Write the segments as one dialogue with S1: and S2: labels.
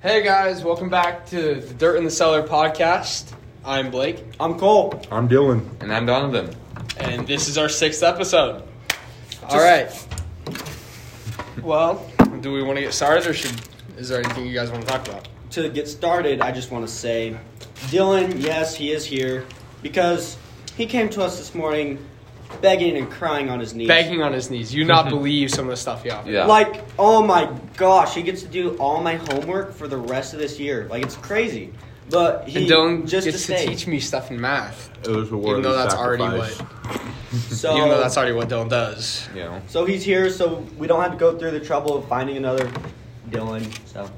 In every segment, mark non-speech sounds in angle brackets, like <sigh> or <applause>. S1: Hey guys, welcome back to the Dirt in the Cellar podcast. I'm Blake,
S2: I'm Cole.
S3: I'm Dylan.
S4: And I'm Donovan.
S1: and this is our sixth episode. All right. Well, do we want to get started, or should is there anything you guys want to talk about?
S2: To get started, I just want to say Dylan, yes, he is here because he came to us this morning begging and crying on his knees.
S1: Begging on his knees. You not believe some of the stuff he offered.
S4: Yeah.
S2: Like, oh my gosh, he gets to do all my homework for the rest of this year. Like, it's crazy. But he
S1: And Dylan
S2: just
S1: gets to
S2: stay.
S1: teach me stuff in math,
S3: It was a
S1: even
S3: worthy
S1: though that's already
S3: sacrifice.
S1: what,
S2: So,
S1: even though that's already what Dylan does.
S4: You know.
S2: so he's here, so we don't have to go through the trouble of finding another Dylan. So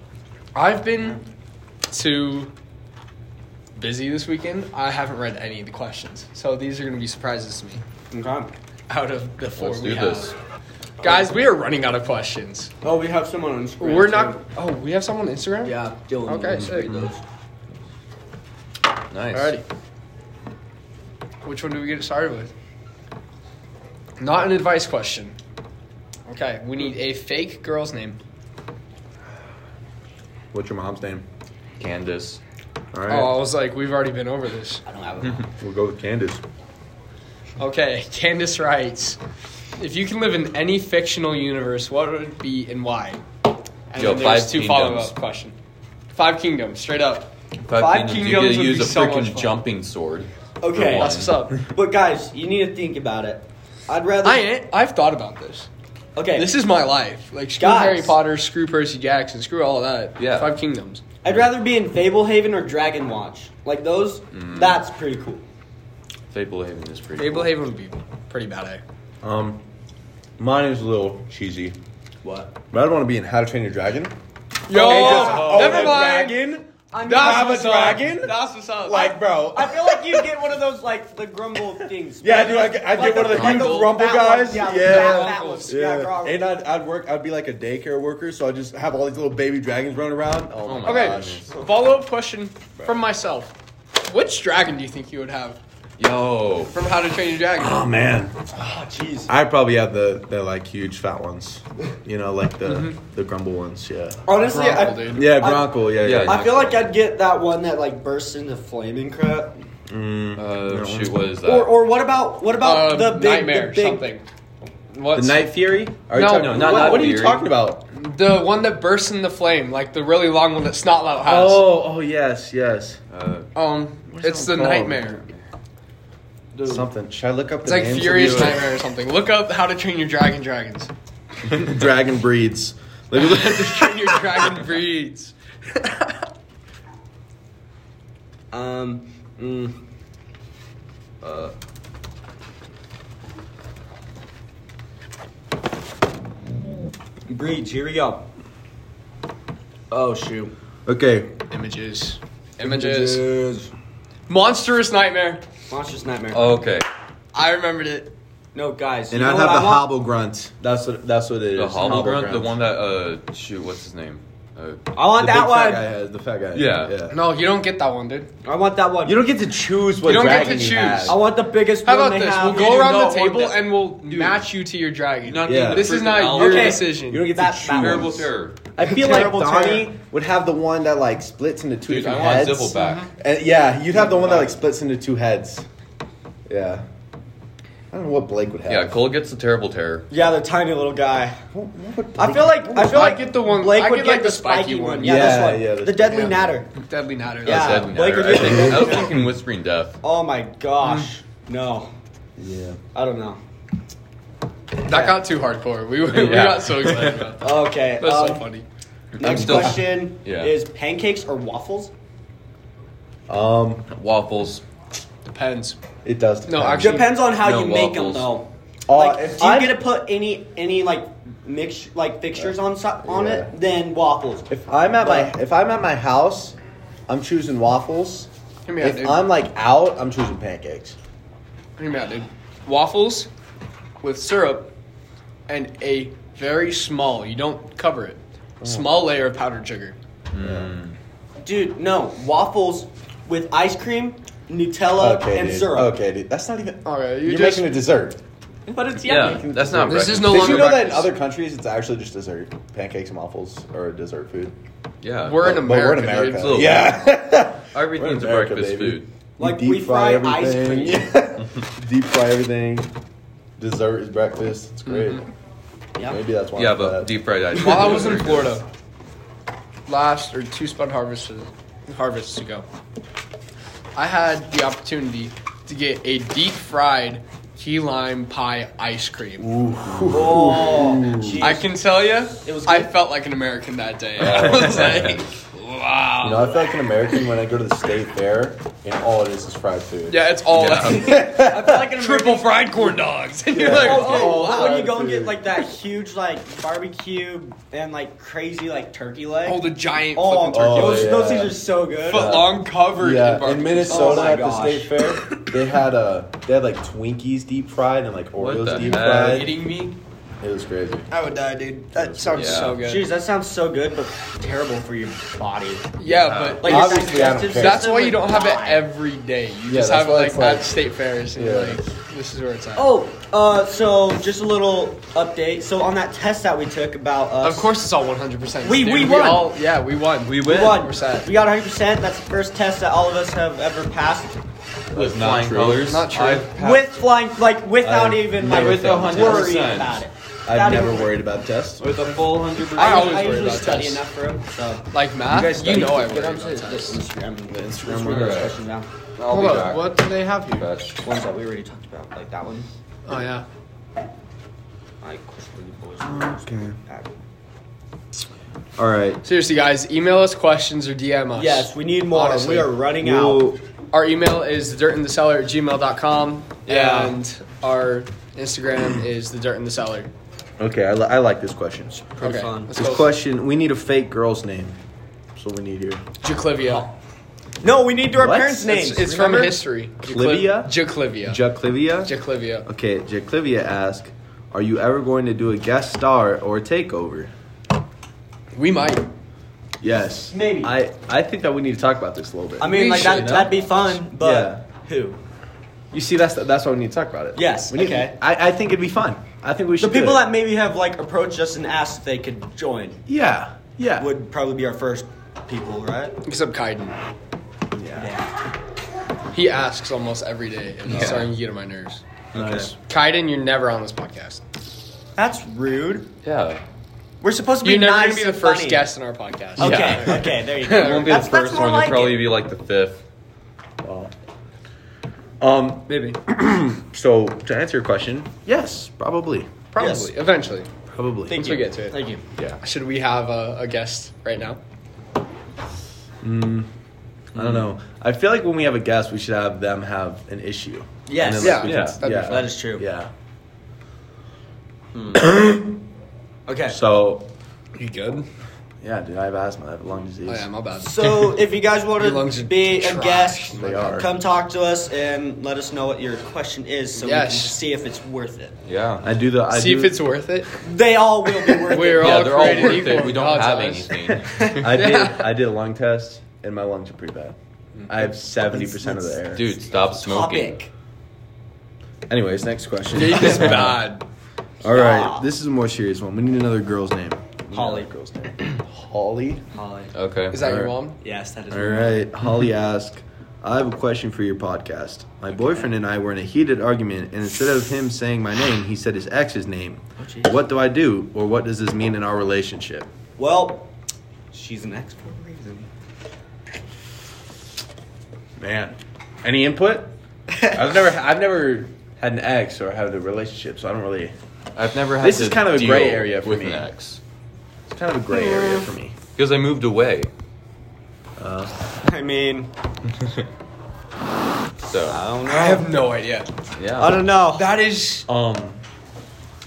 S1: I've been too busy this weekend. I haven't read any of the questions, so these are going to be surprises to me.
S2: okay.
S1: Out of the 4
S4: Let's
S1: we
S4: do
S1: have,
S4: this.
S1: guys, we are running out of questions.
S2: Oh, we have someone on Instagram.
S1: We're
S2: too.
S1: not. Oh, we have someone on Instagram.
S2: Yeah, Dylan.
S1: Okay,
S2: you
S1: sick.
S2: read those.
S4: Nice.
S1: Alrighty. Which one do we get started with? Not an advice question. Okay, we need a fake girl's name.
S3: What's your mom's name?
S4: Candace.
S3: All right.
S1: Oh, I was like, we've already been over this.
S2: I don't have it.
S1: <laughs>
S3: We'll go with Candace.
S1: Okay, <laughs> Candace writes, if you can live in any fictional universe, what would it be and why? And
S4: Yo,
S1: then there's
S4: five
S1: two
S4: kingdoms.
S1: follow-up question. Five kingdoms, straight up.
S4: Five
S1: kingdoms
S4: kingdoms. You get
S1: would
S4: to use
S1: be
S4: a
S1: so much
S4: freaking
S1: fun.
S4: jumping sword.
S2: Okay.
S1: That's what's up.
S2: But guys, you need to think about it. I'd rather.
S1: I ain't. I've thought about this.
S2: Okay.
S1: This is my life. Like screw
S2: Guys.
S1: Harry Potter, screw Percy Jackson, screw all that.
S4: Yeah.
S1: Five kingdoms.
S2: I'd rather be in Fablehaven or Dragon Watch. Like those. That's pretty cool.
S4: Fablehaven is pretty. cool.
S1: Fablehaven would be pretty bad. eh?
S3: Um, mine is a little cheesy,
S2: What?
S3: but I'd want to be in How to Train Your Dragon.
S1: Yo,
S3: They just own
S1: Oh, never
S3: a
S1: mind.
S3: dragon.
S2: I mean,
S3: Have a
S1: what's up.
S3: dragon?
S1: That's what's up.
S3: Like, bro.
S2: I feel like you get one of those like the grumble things.
S3: Yeah, dude, I get- I get one of the huge rumble
S2: fat ones.
S3: guys.
S2: Yeah, the
S3: Yeah.
S2: fat- fat ones. Yeah,
S3: yeah.
S2: bro.
S3: And I'd, I'd work. I'd be like a daycare worker, so I would just have all these little baby dragons running around. Oh, my
S1: okay,
S3: gosh.
S1: follow up question from myself. Which dragon do you think you would have
S4: Yo.
S1: from How to Train Your
S3: <gasps>
S1: Dragon?
S3: Oh man,
S2: Oh, jeez.
S3: I'd probably have the the like huge fat ones, you know, like the the grumble ones. Yeah.
S2: Honestly,
S1: Grumble,
S2: I,
S1: dude.
S3: Yeah,
S2: I-
S3: Bronco. Yeah,
S4: Yeah,
S3: yeah.
S2: I feel like I'd get that one that like bursts into flame and crap.
S3: Mm,
S4: Uh,
S3: that
S4: shoot,
S3: one.
S4: what is that?
S2: Or or what about what about
S1: Uh,
S2: the big
S1: nightmare,
S2: the big,
S1: something. What's
S3: The Night Fury? Are
S1: No,
S3: you talking,
S1: no,
S4: not
S3: what,
S4: Night
S3: what are you
S4: Fury.
S3: talking about?
S1: the one that bursts in the flame, like the really long one that Snotlout has?
S3: Oh, oh yes, yes.
S4: uh,
S1: um,
S3: What is
S1: it's the
S3: that called?
S1: nightmare.
S2: Dude.
S3: Something. Should I look up the
S1: It's like
S3: names of
S1: Furious
S3: these?
S1: Nightmare or something. Look up How to Train Your Dragon <laughs> Dragons.
S3: Dragon breeds. Let
S1: How
S3: me
S1: to
S3: look.
S1: Train Your Dragon breeds.
S2: Um. mm,
S4: uh,
S2: breeds. Here we go. Oh shoot.
S3: <laughs> okay.
S1: Images. Images.
S2: Images.
S1: Monstrous Nightmare.
S2: Monstrous nightmare.
S4: oh, okay.
S1: I remembered it.
S2: No, guys.
S3: Oh. And
S2: you
S3: I'd
S2: know
S3: have
S2: what
S3: the
S2: I want?
S3: hobble grunt. That's what that's what it is.
S4: The hollow grunt, the one that uh, shoot, what's his name? Uh,
S2: I want
S3: the
S2: that
S3: big
S2: one.
S3: Fat guy has, the fat guy.
S4: Yeah.
S1: No, you don't get that one, dude.
S2: I want that one.
S3: You don't get to choose what
S1: You don't get
S3: dragon
S1: to
S3: he
S1: choose.
S3: has.
S2: I want the biggest
S1: How
S2: one
S1: about
S2: they
S1: this?
S2: have.
S1: We'll
S2: You
S1: go
S2: do
S1: around
S2: not
S1: the
S2: want
S1: table
S2: that.
S1: and we'll match you to your dragon.
S4: You're not
S3: Yeah.
S4: getting
S1: This
S4: the
S1: is
S4: freaking
S1: not
S4: owl.
S1: your
S2: Okay.
S1: decision.
S3: You don't get
S2: That-
S3: to choose.
S2: that
S4: Terrible terror.
S3: I feel
S2: Terrible
S3: like Donnie
S2: terror.
S3: would have the one that like splits into two
S4: Dude, I
S3: different
S4: want
S3: heads. Mm-hmm.
S4: Zibble back.
S3: And yeah, you'd have the one that like splits into two heads. Yeah. I don't know what Blake would have.
S4: Yeah, Cole gets the terrible terror.
S2: Yeah, the tiny little guy.
S3: What- what would
S2: I
S3: Blake-
S2: feel like I feel
S1: I
S2: like
S1: get the one-
S2: Blake
S1: I
S2: would
S1: get,
S2: get
S1: like,
S2: the
S1: the spiky
S2: spiky
S1: one.
S2: one. Yeah, this
S3: Yeah,
S2: one.
S3: yeah,
S2: the,
S3: the-
S2: deadly
S1: yeah.
S2: natter.
S1: Deadly Natter.
S2: Yeah.
S1: That's
S4: Dead and
S2: Blake
S4: Terror.
S2: would
S4: I, think, I was
S2: get-
S4: thinking Whispering Death.
S2: Oh my gosh.
S3: Mm.
S2: No,
S3: Yeah.
S2: I don't know.
S1: it. That got too hardcore. We, we
S4: Yeah.
S1: got so excited about that.
S2: Okay.
S1: That's so
S2: um,
S1: funny.
S2: Next
S4: still-
S2: question
S4: Yeah.
S2: is pancakes or waffles?
S3: Um,
S4: Waffles.
S1: Depends.
S3: it does. Depend.
S1: No, actually-
S2: Depends on how
S4: No
S2: you make them
S4: waffles.
S2: though.
S3: Uh,
S2: like,
S3: if
S2: do you
S3: I'm-
S2: get to put any any like mix like fixtures on so- on
S3: Yeah.
S2: it? Then waffles.
S3: if I'm at my if I'm at my house, I'm choosing waffles.
S1: Hear me out,
S3: if
S1: dude.
S3: I'm like out, I'm choosing pancakes.
S1: Hear me out, dude. Waffles with syrup and a very small, you don't cover it, small layer of powdered sugar.
S2: Dude, no waffles with ice cream, Nutella,
S3: okay,
S2: and
S3: dude.
S2: syrup.
S3: Okay, dude. That's not even.
S1: Okay, you
S3: you are
S1: just-
S3: making a dessert.
S2: But it's
S4: Yeah,
S2: yummy.
S4: that's not
S1: This is
S4: breakfast.
S1: no
S3: Did
S1: longer
S3: you know that in
S1: breakfast.
S3: other countries it's actually just dessert? Pancakes and waffles are a dessert food.
S4: Yeah.
S1: We're in
S4: Well,
S3: But we're
S1: America,
S3: in
S1: dude.
S3: America.
S4: It's a
S3: <laughs>
S4: little-
S3: yeah.
S4: Everything's a
S3: We're in America,
S4: breakfast
S3: baby.
S4: food.
S3: We
S2: Like, we fry ice cream.
S3: Yeah. <laughs> deep fry everything. Dessert is breakfast. It's great.
S2: Yeah.
S3: Maybe that's why.
S4: Mm-hmm. yeah,
S3: I'm
S4: but
S3: fat.
S4: deep fried ice.
S1: While I
S4: cream
S1: was in
S4: is very
S1: Florida, last or two spun harvests harvests ago, I had the opportunity to get a deep fried key lime pie ice cream.
S2: Oh, jeez.
S1: I can tell you,
S2: It was
S1: I
S2: good.
S1: felt like an American that day. I was like, wow.
S3: You know, I feel like an American when I go to the state fair, and all it is is fried food.
S1: yeah, it's all
S4: Yeah.
S2: I feel like
S1: <laughs>
S2: an
S1: triple
S2: American-
S1: fried corn dogs, <laughs> and you're
S3: Yeah.
S1: like, oh,
S2: Oh, okay.
S3: Oh,
S2: when you
S3: fried
S2: go and get
S3: food.
S2: like that huge like barbecue and like crazy like turkey leg.
S1: oh, the giant
S2: Oh,
S1: flipping turkey.
S3: Oh,
S2: those, those
S3: yeah.
S2: things are so good.
S1: Foot long covered in
S3: Yeah,
S1: barbecue.
S3: in Minnesota
S2: my
S3: at the
S2: gosh.
S3: state fair, they had uh, they had like Twinkies deep fried and like
S4: What
S3: Oreos
S4: the
S3: deep
S4: heck?
S1: Are you
S3: fried.
S1: kidding me?
S3: It was crazy.
S1: I would die, dude. That sounds
S4: Yeah.
S1: so good.
S2: Jeez, that sounds so good, but terrible for your body.
S1: Yeah,
S4: Yeah.
S1: but
S2: Like
S3: Obviously, I don't
S2: digestive
S3: care.
S1: That's
S2: system
S1: why you
S2: would
S1: don't have
S2: die.
S1: it every day. You
S3: Yeah,
S1: just
S3: that's
S1: have it
S3: why
S1: like,
S3: it's like-
S1: at state fairs, and you're
S3: Yeah.
S1: like, this is where it's at.
S2: Oh, uh, so just a little update. So on that test that we took about uh, us,
S1: of course it's all 100. percent
S2: We- we won.
S1: All, yeah, we won.
S4: We win.
S2: we won.
S1: We're sad.
S2: We got 100. percent That's the first test that all of us have ever passed
S4: good. With flying
S3: true.
S4: colors.
S1: Not true.
S4: I've-
S2: with flying, like without
S3: I've
S2: even
S3: never
S2: like
S3: With
S2: worrying
S4: 100%.
S2: about it.
S3: I've
S2: Without
S3: never
S2: even-
S3: worried about tests.
S4: with a full hundred
S1: I
S4: percent.
S1: always
S2: I
S1: worry
S2: usually
S1: about
S2: study
S1: tests.
S2: enough for them. So
S1: Like math, you,
S4: study
S1: know I
S4: for
S1: worry
S2: But I'm
S1: about
S2: saying the
S1: tests.
S2: Instagram, the Instagram
S4: one. Right.
S2: question now.
S4: I'll
S1: Hold
S4: be
S1: up,
S4: back.
S1: what do they have here?
S4: Fetch.
S2: Ones that we already talked about, like that one.
S1: Oh yeah.
S2: Like, question the boys. Okay.
S3: All right.
S1: Seriously, guys, email us questions or DM us.
S2: Yes, we need more.
S1: Honestly.
S2: we are running out.
S3: We'll,
S1: Our email is dirtintheseller at gmail.com.
S2: Yeah.
S1: And our Instagram is the dirt in the cellar.
S3: okay, I, li- I like this question.
S2: Pretty fun.
S1: Let's
S3: This
S1: go.
S3: question, we need a fake girl's name. That's what we need here.
S1: Jaclivia.
S2: No, we need to our
S3: What?
S2: parents'
S1: It's,
S2: names.
S1: it's from
S2: remember?
S1: history.
S3: Clivia?
S1: Jaclivia.
S3: Jaclivia?
S1: Jaclivia.
S3: okay, Jaclivia asks, are you ever going to do a guest star or a takeover?
S1: We might.
S3: Yes.
S2: Maybe.
S3: I, I think that we need to talk about this a little bit.
S2: I mean,
S1: We
S2: like
S1: should,
S2: that,
S1: no?
S2: that'd be fun, but who?
S3: you see, that's that's why we need to talk about it.
S2: Yes,
S3: We need-
S2: okay.
S3: I, I think it'd be fun. I think we
S2: The
S3: should. do
S2: people
S3: it.
S2: that maybe have like approached us and asked if they could join
S3: Yeah. Yeah.
S2: would probably be our first people, right?
S1: Except Kaiden.
S3: yeah.
S2: Yeah.
S1: He asks almost every day, and it's
S4: Yeah.
S1: starting to get on my nerves.
S3: Nice.
S1: Kaiden, you're never on this podcast.
S2: That's rude.
S4: Yeah.
S2: We're supposed to be
S1: You're never
S2: nice
S1: going to be the
S2: and
S1: first
S2: funny.
S1: guest in our podcast.
S2: Okay,
S4: Yeah.
S2: okay, there you
S4: It
S2: go.
S4: won't be
S2: That's-
S4: the
S2: that's
S4: first
S2: more
S4: one.
S2: like
S4: It'll probably
S2: it.
S4: be like the fifth.
S3: Wow. Um,
S1: Maybe.
S3: So to answer your question, yes, probably,
S1: Probably.
S2: Yes.
S1: Eventually.
S3: probably.
S2: Thank
S1: Once
S2: you.
S1: we get to it.
S2: Thank you.
S3: yeah,
S1: Should we have a, a guest right now?
S3: I don't know. I feel like when we have a guest, we should have them have an issue.
S2: Yes.
S3: And then,
S1: Yeah.
S3: like, we
S4: Yeah.
S3: can-
S1: That'd be fun.
S2: That is true.
S3: Yeah.
S2: Okay.
S3: So,
S1: You good?
S3: yeah, dude, I have asthma. I have lung disease.
S1: Oh, yeah, my bad.
S2: So <laughs> if you guys want
S1: Your lungs
S2: to
S1: are
S2: be a
S1: trash.
S2: guest,
S3: They are.
S2: come talk to us and let us know what your question is, so we
S1: Yes.
S2: can see if it's worth it.
S4: Yeah.
S3: I do the. I
S1: See
S3: do,
S1: if it's worth it.
S2: They all will
S1: <laughs>
S2: be worth
S1: We're
S2: it.
S1: all
S4: yeah, they're all
S1: created
S4: worth
S1: equal
S4: it. We
S1: in
S4: don't
S1: God's
S4: have
S1: eyes.
S3: <laughs> <laughs>
S4: anything.
S3: I did.
S1: <laughs> Yeah. Mm.
S3: I did a lung test, and my lungs are pretty bad. I have seventy percent of the air.
S4: Dude, stop smoking.
S2: Topic.
S3: Anyways, next question.
S1: Date
S3: <laughs>
S1: is bad.
S3: All right,
S2: Yeah.
S3: this is a more serious one. We need another girl's name. We need
S2: Holly.
S3: another Girl's name. <clears throat> Holly.
S2: Molly.
S4: Okay.
S1: Is that your
S3: Alright.
S1: mom?
S2: Yes, that is.
S3: All right, Holly asked, I have a question for your podcast. My boyfriend and I were in a heated argument, and instead of him saying my name, he said his ex's name.
S2: Oh, jeez.
S3: what do I do, or what does this mean in our relationship?
S2: Well, she's an ex for a reason.
S3: Man, any input? I've never, I've never had an ex or had a relationship, so I don't really.
S4: I've never had
S3: This
S4: to
S3: is kind of a
S4: deal
S3: gray area for
S4: with
S3: me.
S4: an ex
S3: It's kind of a gray area for me.
S4: because I moved away.
S2: I <laughs> mean,
S4: So
S2: I
S1: I
S2: don't know.
S1: have no idea.
S4: yeah.
S2: I don't know.
S1: That is.
S3: Um,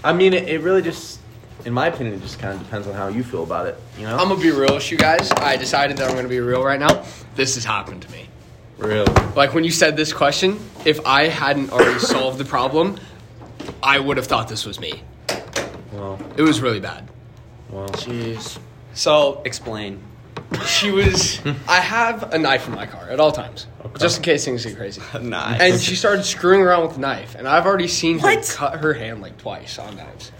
S3: I mean, it, it really just, in my opinion, it just kind of depends on how you feel about it. You know?
S1: I'm gonna be real with you guys. I decided that I'm gonna be real right now. This has happened to me.
S3: really.
S1: Like when you said this question, if I hadn't already solved the problem, I would have thought this was me.
S3: Well,
S1: It was really bad.
S3: well.
S2: Jeez.
S1: So
S2: Explain.
S1: she was. I have a knife in my car at all times, just in case things get crazy.
S2: <laughs> Nice.
S1: And she started screwing around with the knife, and I've already seen
S2: What?
S1: her cut her hand like twice on knives.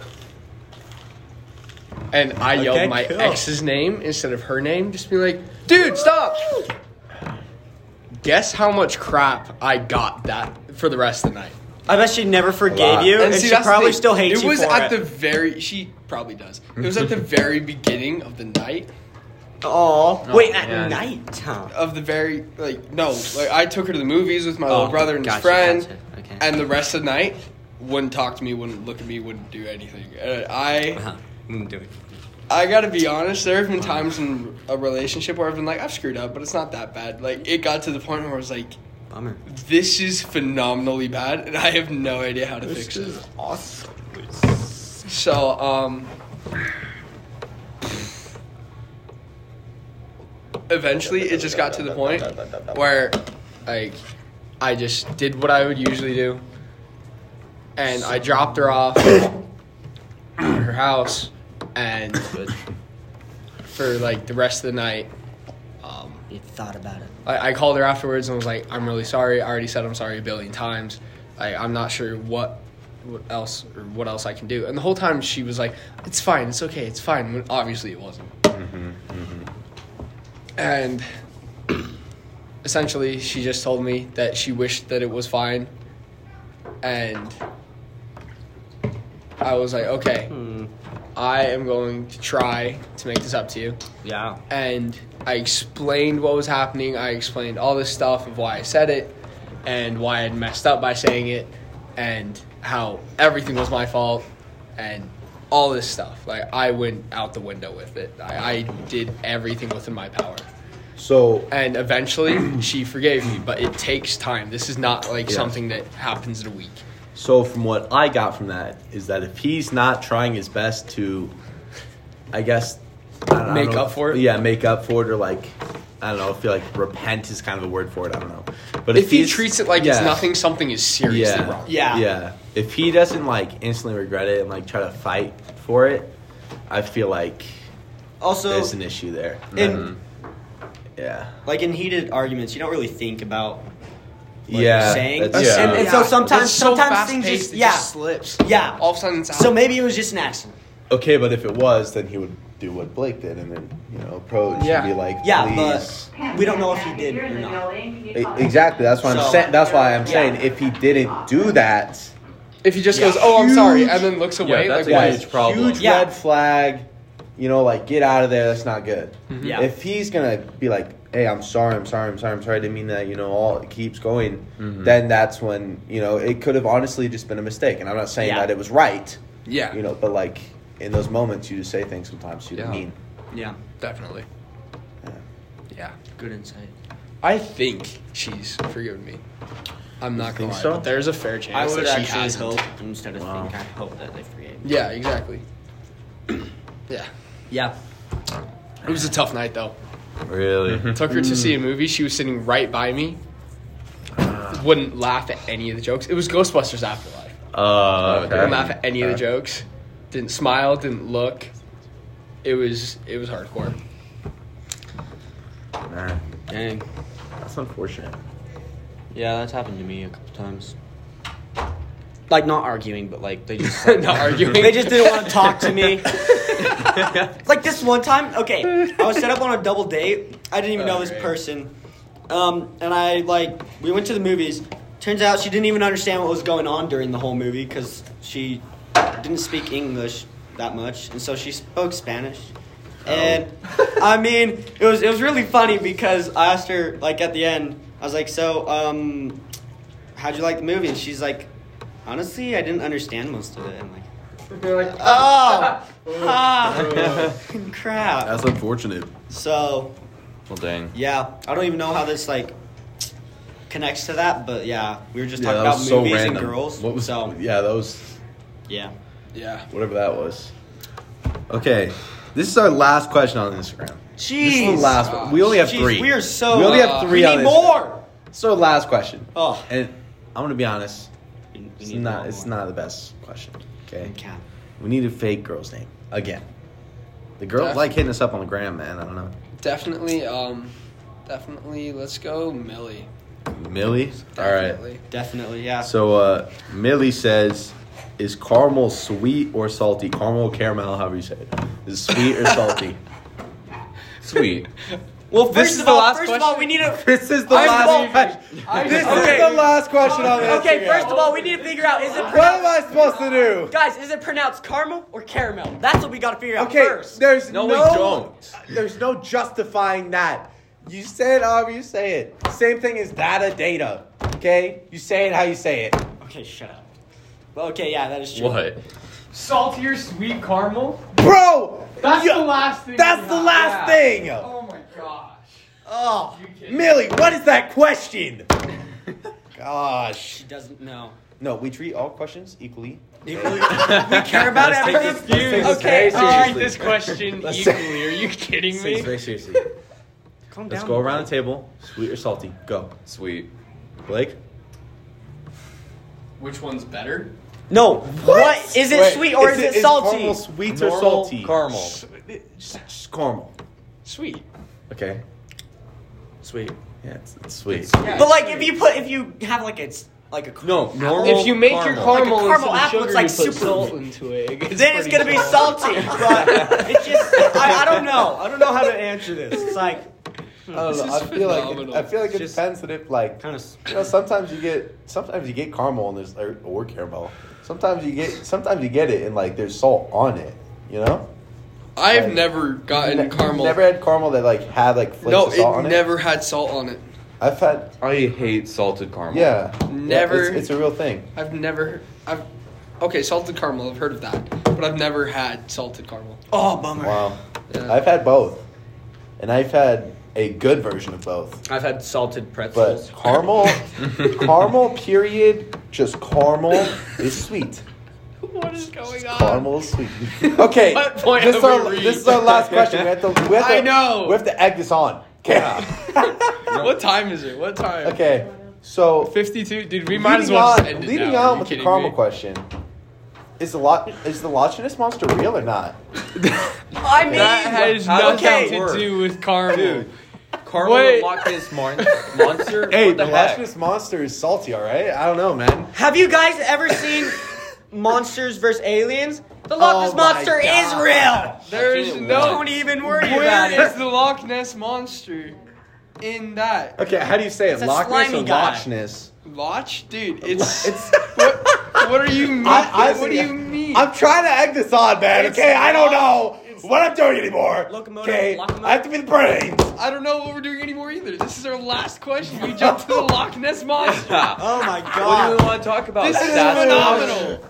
S1: and I
S2: Okay,
S1: yelled my
S2: cool.
S1: ex's name instead of her name, just be like, dude, stop. Guess how much crap I got that for the rest of the night.
S2: I bet she never forgave
S3: lot.
S2: you, and,
S1: see,
S2: she
S1: that's the
S2: probably
S1: thing.
S2: still hates
S1: it
S2: you
S1: was
S2: for
S1: at the
S2: it.
S1: very. She probably does. It was at the very beginning of the night
S2: Oh,
S4: Oh,
S2: wait, at
S4: man.
S2: night, huh?
S1: of the very like no. Like I took her to the movies with my little
S2: Oh,
S1: brother and
S2: gotcha,
S1: his friend,
S2: gotcha. Okay.
S1: and the rest of the night wouldn't talk to me, wouldn't look at me, wouldn't do anything. And I
S2: Uh-huh. I'm doing.
S1: I gotta be honest. There have been times in a relationship where I've been like I've screwed up, but it's not that bad. Like it got to the point where I was like.
S2: Bummer.
S1: This is phenomenally bad, and I have no idea how to fix it.
S2: awesome.
S1: So, um, eventually it just got to the point where, like, I just did what I would usually do, and I dropped her off at her house, and for like the rest of the night, um,
S2: You thought about it.
S1: I, I called her afterwards and was like, "I'm really sorry. I already said I'm sorry a billion times. I, I'm not sure what what else or what else I can do." And the whole time she was like, "It's fine. It's okay. It's fine." When obviously it wasn't. And <clears throat> essentially, she just told me that she wished that it was fine, and I was like, "Okay, I am going to try to make this up to you."
S2: Yeah.
S1: and I explained what was happening. I explained all this stuff of why I said it and why I'd messed up by saying it and how everything was my fault and all this stuff. Like I went out the window with it. I, I did everything within my power.
S3: So
S1: And
S3: <clears throat>
S1: eventually she forgave me, but it takes time. This is not like something that happens in a week.
S3: So from what I got from that is that if he's not trying his best to, I guess, I don't- I don't
S1: Make
S3: know-
S1: up for it?
S3: Yeah, make up for it, or like, I don't know. I feel like repent is kind of a word for it. I don't know. But
S1: If he
S3: he's-
S1: treats it like it's
S3: yeah,
S1: nothing, something is seriously
S3: yeah,
S1: wrong.
S2: Yeah.
S3: yeah. If he doesn't like instantly regret it and like try to fight for it, I feel like
S2: Also,
S3: there's an issue there. Mm-hmm.
S2: in,
S3: Yeah,
S2: like in heated arguments, you don't really think about what
S3: yeah.
S2: you're saying.
S3: that's-
S4: Yeah.
S2: And, and so sometimes,
S1: It's so
S2: sometimes things
S1: fast-paced,
S2: just,
S1: it
S2: yeah,
S1: slips.
S2: yeah.
S1: All of a sudden it's out.
S2: So maybe it was just an accident.
S3: Okay, but if it was, then he would do what Blake did, and then you know approach
S1: Yeah.
S3: and be like,
S2: Yeah,
S3: please.
S2: but we don't know if he did or not.
S3: E- Exactly. That's why
S2: So-
S3: I'm saying. That's why I'm
S2: Yeah.
S3: saying if he didn't do that,
S1: If he just
S2: Yeah.
S1: goes, "Oh, I'm sorry,"
S3: Huge-
S1: and then looks away,
S4: that's
S1: like why
S4: a
S1: is
S4: huge problem.
S3: huge
S2: Yeah.
S3: red flag. You know, like get out of there. That's not good.
S2: Yeah.
S3: If he's gonna be like, "Hey, I'm sorry. I'm sorry. I'm sorry. I'm sorry. I didn't mean that." You know, all it keeps going. Then that's when you know it could have honestly just been a mistake. And I'm not saying
S2: Yeah.
S3: that it was right.
S1: Yeah.
S3: You know, but like in those moments, you just say things sometimes you didn't
S1: Yeah.
S3: mean.
S2: Yeah.
S1: Definitely. Yeah.
S2: Good insight.
S1: I think she's forgiven me. I'm not
S3: think
S1: gonna lie,
S3: so?
S1: but there's a fair chance
S2: I would
S1: that she
S2: actually
S1: has
S2: hope instead of
S3: Wow.
S2: think, I hope that they forgave. me.
S1: Yeah, exactly. <clears throat> yeah.
S2: Yeah.
S1: It was a tough night though.
S3: Really?
S1: Took her to see a movie. She was sitting right by me. Wouldn't laugh at any of the jokes. It was Ghostbusters Afterlife.
S3: Uh,
S1: Didn't laugh at any of the jokes. Didn't smile. Didn't look. It was it was hardcore.
S2: Dang.
S3: that's unfortunate.
S2: Yeah, that's happened to me a couple times. Like not arguing, but like they <laughs> just
S1: Not arguing.
S2: They just didn't want to talk to <laughs> me. <laughs> like this one time, okay, I was set up on a double date. I didn't even know this
S1: Okay.
S2: person, um, and I like we went to the movies. Turns out she didn't even understand what was going on during the whole movie because she didn't speak English that much, and so she spoke Spanish. And I mean, it was it was really funny because I asked her like at the end, I was like, "So, um, how'd you like the movie?" And she's like, "Honestly, I didn't understand most of it." I'm like, "Oh, ah, <laughs> crap."
S3: unfortunate.
S2: So
S4: Well, dang.
S2: yeah, I don't even know how this like connects to that, but yeah, we were just
S3: Yeah,
S2: talking
S3: that
S2: about
S3: was so
S2: movies
S3: random.
S2: and girls.
S3: What was?
S2: so
S3: Yeah, that was
S2: yeah.
S1: Yeah.
S3: whatever that was. Okay, this is our last question on Instagram. This is
S2: Jeez,
S3: the last one. We only have
S2: Jeez,
S3: three.
S2: We are so.
S3: We only
S1: uh,
S3: have three
S2: we
S3: on
S2: need
S3: Instagram.
S2: more.
S3: So last question.
S2: Oh.
S3: and I'm gonna be honest.
S2: We- we
S3: It's
S2: need
S3: not.
S2: one
S3: It's
S2: more.
S3: not the best question. Okay.
S2: Okay.
S3: We need a fake girl's name again. The girls
S1: Def-
S3: like hitting us up on the gram, man. I don't know.
S1: Definitely. Um. Definitely. Let's go, Millie.
S3: Millie. All right.
S1: Definitely.
S2: Definitely, yeah.
S3: So uh, Millie says, Is caramel sweet or salty? Caramel, caramel, however you say it. Is it sweet or salty?
S2: <laughs>
S4: Sweet.
S2: Well, first
S1: This is
S2: of
S1: the
S2: all,
S1: last
S2: first of
S1: question.
S2: all, we need to.
S3: this is the
S1: I'm
S3: last
S1: salty.
S3: question.
S1: I'm
S3: This
S1: salty.
S3: is the last question on this.
S5: Okay, first of all, we need to figure out
S2: <laughs>
S5: is it
S3: What am
S5: pronounced,
S3: I supposed to do?
S5: guys? Is it pronounced caramel or caramel? That's what we gotta figure out
S3: Okay,
S5: first.
S3: there's
S4: No,
S3: no,
S4: we don't.
S3: There's no justifying that. You say it however you say it. Same thing as data data. Okay, you say it how you say it.
S2: Okay, shut up. Well, okay, yeah, that is true.
S4: What?
S1: Salty or sweet caramel?
S3: Bro,
S1: That's
S3: you-
S1: the last thing.
S3: That's
S1: we
S3: the
S1: have.
S3: last
S1: Yeah.
S3: thing.
S1: Oh my gosh.
S2: Oh,
S1: You kidding?
S3: Millie, what is that question? Gosh.
S2: Ah, she doesn't know. <laughs>
S3: No, we treat all questions equally.
S2: we care about
S4: Let's take
S2: everything. uh,
S4: this- let's take this
S1: Okay,
S3: very
S1: I treat
S3: seriously.
S1: this question
S3: Let's-
S1: equally. Are you kidding me? <laughs>
S3: seriously.
S2: Calm
S3: Let's
S2: down.
S3: go around the table. Sweet or salty? Go.
S4: Sweet.
S3: Blake?
S1: Which one's better?
S2: No, what is it
S3: Wait,
S2: sweet or is it, salty?
S3: caramel sweet or
S4: Normal
S3: salty?
S4: caramel.
S3: S- Just, just caramel.
S1: Sweet.
S3: Okay.
S5: Sweet.
S3: Yeah, it's, it's sweet.
S5: But like, if you put, if you have like it's like a
S4: No, normal.
S1: If you make your caramel,
S5: Like a caramel
S1: into
S5: apple,
S1: sugar,
S5: it's like
S1: you put
S5: super-
S1: salt into it. it gets <laughs>
S5: then it's
S1: pretty
S5: gonna be
S1: salty.
S5: salty.
S2: But it's just I, I don't know. I don't know how to answer this. It's like
S3: I don't
S1: This
S3: know.
S1: is
S3: I feel like it,
S1: phenomenal.
S3: I feel like it
S2: Just-
S3: depends on if like
S2: kind of.
S3: you know sometimes you get sometimes you get caramel and there's or, or caramel. Sometimes you get sometimes you get it and like there's salt on it. You know.
S1: I've
S3: Like,
S1: never gotten
S3: Ne-
S1: caramel.
S3: Never had caramel that like had like flakes
S1: no,
S3: of salt
S1: it
S3: on
S1: never had salt on it.
S3: it. I've had
S4: I hate salted caramel.
S3: yeah. Yeah,
S1: Never-
S3: it's, it's a real thing.
S1: I've never. I've okay, salted caramel. I've heard of that, but I've never had salted caramel.
S5: oh bummer.
S3: Wow.
S1: Yeah.
S3: I've had both, and I've had a good version of both.
S5: I've had salted
S3: But caramel,
S1: <laughs>
S3: caramel period, just caramel is sweet.
S1: What is going on?
S3: Caramel is sweet. Okay,
S1: What point
S3: this, is
S1: have we
S3: our,
S1: reached?
S3: this is our last question. We have to. We have to
S1: I know.
S3: We have to egg this on. Okay.
S1: <laughs> What time is it? What time?
S3: okay. So
S1: Fifty-two. Dude, we might as
S3: leading
S1: well
S3: on,
S1: just end it
S3: leading
S1: now. Are
S3: on
S1: you
S3: with the
S1: kidding
S3: caramel
S1: me?
S3: question. Is the lot is the Loch Ness monster real or not?
S5: <laughs> I mean,
S4: That
S1: has
S4: How does that
S1: nothing to
S4: work?
S1: do with caramel.
S4: Dude, Caramel
S1: Wait.
S4: and Loch Ness mon- monster.
S3: Hey,
S4: what
S3: the,
S4: the,
S3: Loch
S4: heck?
S3: Ness monster is salty, all right? I don't know, man.
S2: Have you guys ever seen?
S5: monsters versus aliens. The Loch Ness
S3: Oh my
S5: monster is
S3: God.
S5: real.
S1: there
S4: I've
S1: is
S4: seen it
S1: no.
S5: Don't even worry about
S1: Where
S5: it.
S1: is <laughs> the Loch Ness monster in that?
S3: Okay, how do you say it?
S5: a
S3: Loch Ness
S5: slimy
S3: or
S5: guy.
S3: Loch Ness?
S1: Loch, dude. It's it's. what, what are you mean? what do you mean?
S3: I'm trying to egg this on, man. okay, I don't know what I'm doing anymore.
S5: Locomotive,
S3: okay,
S5: locomotive.
S3: I have to be the brains.
S1: I don't know what we're doing anymore either. This is our last question. We jumped to the Loch Ness
S4: <laughs>
S1: monster.
S2: Oh my
S4: What do
S2: god!
S4: we want to talk about?
S1: This is
S4: That's-
S1: phenomenal.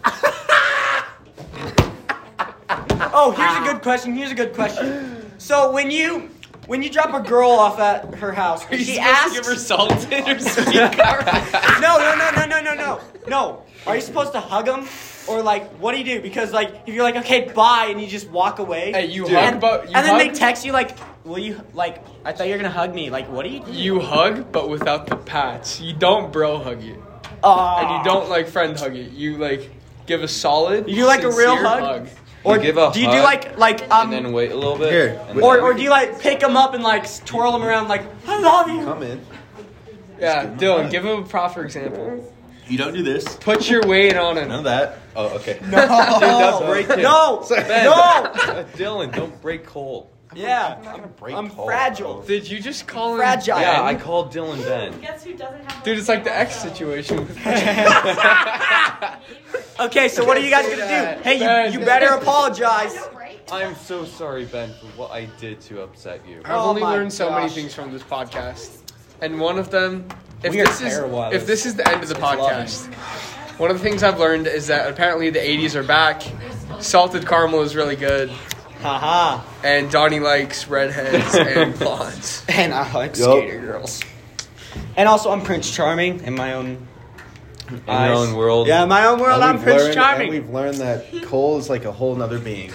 S5: Oh, here's
S2: Here's a good question. Here's a good question. So when you when you drop a girl off at her house,
S1: Are you
S5: she
S1: supposed
S5: asks,
S1: to give her salted or sweet
S2: <laughs>
S1: caramel?
S2: no, no, no, no, no, no, no, no. Are you supposed to hug them or like what do you do? Because like if you're like okay bye and you just walk away,
S1: Hey, you
S4: Dude.
S1: hug,
S2: and,
S1: but you
S2: and
S1: hug,
S2: then they text you like, will you like I thought you were gonna hug me. Like what do you? do?
S1: you hug, but without the patch. You don't bro hug it,
S2: Aw.
S1: and you don't like friend hug it. You like give a solid.
S2: You do, like, a real
S1: sincere
S2: hug?
S4: You give a
S2: do you do
S4: hug,
S2: like like um
S4: and then wait a little bit.
S3: Here.
S4: and
S2: or
S4: then-
S2: or do you like pick them up and like twirl them around like I love you? <laughs>
S3: Come in.
S1: Yeah,
S3: give him a
S1: Dylan,
S3: hug.
S1: give him a proper example.
S3: You don't do this.
S1: Put your weight on him.
S3: None of that. Oh,
S4: <laughs>
S3: okay.
S2: No,
S3: <laughs>
S4: that's
S2: <laughs>
S4: breaking.
S2: No,
S4: Ben.
S2: no.
S4: Dylan, don't break Cole.
S2: Yeah,
S3: gonna break
S2: I'm
S3: Cole,
S2: fragile.
S1: Did you just call him
S2: Fragile.
S4: Yeah, I called Dylan Ben.
S6: Guess who doesn't have
S1: Dude, it's like the X situation. with-
S2: Okay, so what are you guys gonna
S1: that.
S2: do? Hey,
S1: Ben.
S2: you, you better apologize.
S6: right?
S4: I'm so sorry, Ben, for what I did to upset you.
S1: I've
S2: Oh
S1: only
S2: my
S1: learned so many
S2: gosh.
S1: things from this podcast, and one of them, if
S2: We are
S1: this is
S2: terrible at
S1: if this is the end of the podcast, one of the things I've learned is that apparently the '80s are back. Salted caramel is really good,
S2: Haha.
S1: and Donnie likes redheads and blondes.
S2: And I like
S3: Yup.
S2: skater girls. And also, I'm Prince Charming in my own.
S4: In
S2: eyes.
S4: your own world.
S2: Yeah, my own world. I'm
S3: we've
S2: Prince
S3: learned, And
S2: <laughs> Charming.
S3: we've learned that Cole is like a whole nother being.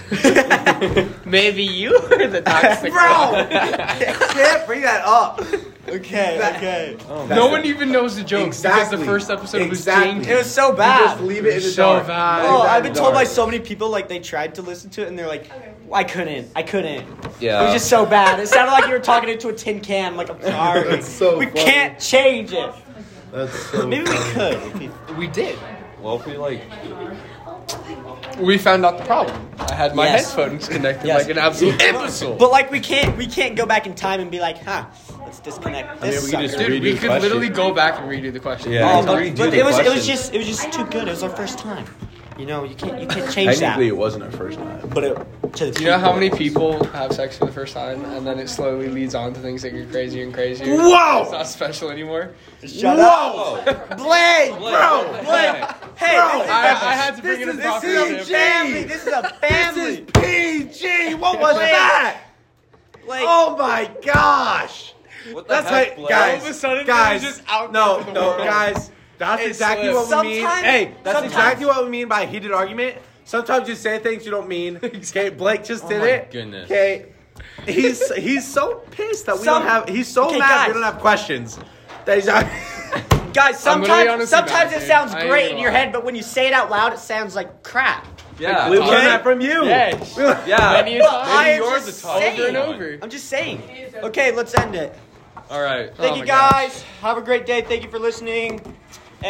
S1: Maybe you are the toxic
S2: Bro,
S3: <laughs>
S1: one.
S2: can't bring that up. Okay, okay.
S1: No
S4: Oh, man.
S1: one even knows the joke
S3: Exactly.
S1: because the first episode
S3: Exactly.
S1: was
S2: It
S1: janky.
S2: was so
S3: You
S2: bad.
S3: just leave it in the
S1: So
S3: dark.
S1: bad.
S2: Oh,
S3: Leave that
S2: I've
S3: in
S2: been
S3: the
S2: told by
S3: dark.
S2: so many people like they tried to listen to it and they're like, I couldn't, I couldn't.
S4: Yeah.
S2: It was just so bad. It sounded like you were talking into a tin can. Like I'm sorry.
S3: <laughs> That's so
S2: we
S3: funny.
S2: can't change it.
S3: That's so <laughs>
S2: Maybe we could. if we-
S1: We did.
S4: Well, if we like
S7: we found out the problem. I had my
S2: Yes.
S7: headphones connected
S2: Yes.
S7: like an absolute imbecile.
S2: But like we can't we can't go back in time and be like, huh, let's disconnect
S3: mean,
S2: this.
S3: we could
S2: sucker.
S3: just-
S7: Dude, we
S3: Redo the
S7: could
S3: question.
S7: literally go back and redo the question.
S4: Yeah.
S2: Oh,
S4: Redo
S2: but,
S4: the
S2: but it was it was
S4: question.
S2: just it was just too good. It was our first time. You know, you can't you can't change that.
S3: Technically, it wasn't our first time.
S2: But it, to the
S7: Do you know how
S2: people,
S7: many
S2: it was-
S7: people have sex for the first time and then it slowly leads on to things that get crazier and crazier?
S3: Whoa!
S7: It's not special anymore.
S2: Shut up, Blade,
S4: Bro,
S2: Blade. Hey,
S7: I,
S2: bro,
S7: I had to bring in a proper
S2: this is a
S7: example.
S2: family. This is a family.
S3: PG. What was
S2: Blake.
S3: that?
S2: Like,
S3: Oh my gosh.
S4: What the
S3: That's
S4: heck,
S3: like
S4: Blake?
S3: guys.
S7: All of a sudden, it
S3: guys,
S7: was just out
S3: no,
S7: there for the
S3: no,
S7: world.
S3: guys. That's
S4: It
S3: exactly
S4: slipped.
S3: what we mean.
S2: Sometimes-
S3: Hey, that's
S2: sometimes-
S3: exactly what we mean by heated argument. Sometimes you say things you don't
S7: <laughs>
S3: mean. Okay, Blake just did
S4: Oh my
S3: it.
S4: goodness.
S3: Okay, he's he's so pissed that we
S2: Some-
S3: don't have. He's so
S2: Okay,
S3: mad
S2: guys.
S3: we don't have questions. That he's <laughs> not,
S2: guys,
S7: I'm gonna be
S2: sometimes
S7: honest
S2: sometimes
S7: about it,
S2: it
S7: dude.
S2: sounds
S7: I uh, ain't
S2: great in
S7: gonna
S2: your
S7: lie.
S2: head, but when you say it out loud, it sounds like crap.
S4: Yeah.
S3: we
S7: Okay.
S3: learned that from you. <laughs>
S7: Yes.
S3: We learned-
S4: Yeah.
S7: Many a time.
S2: But I am
S4: you're
S2: just
S4: the talking
S7: Over and
S4: one.
S7: over.
S2: I'm just saying. Okay, let's end it.
S4: All right.
S7: Oh
S2: Thank you
S7: my gosh.
S2: guys. Have a great day. Thank you for listening.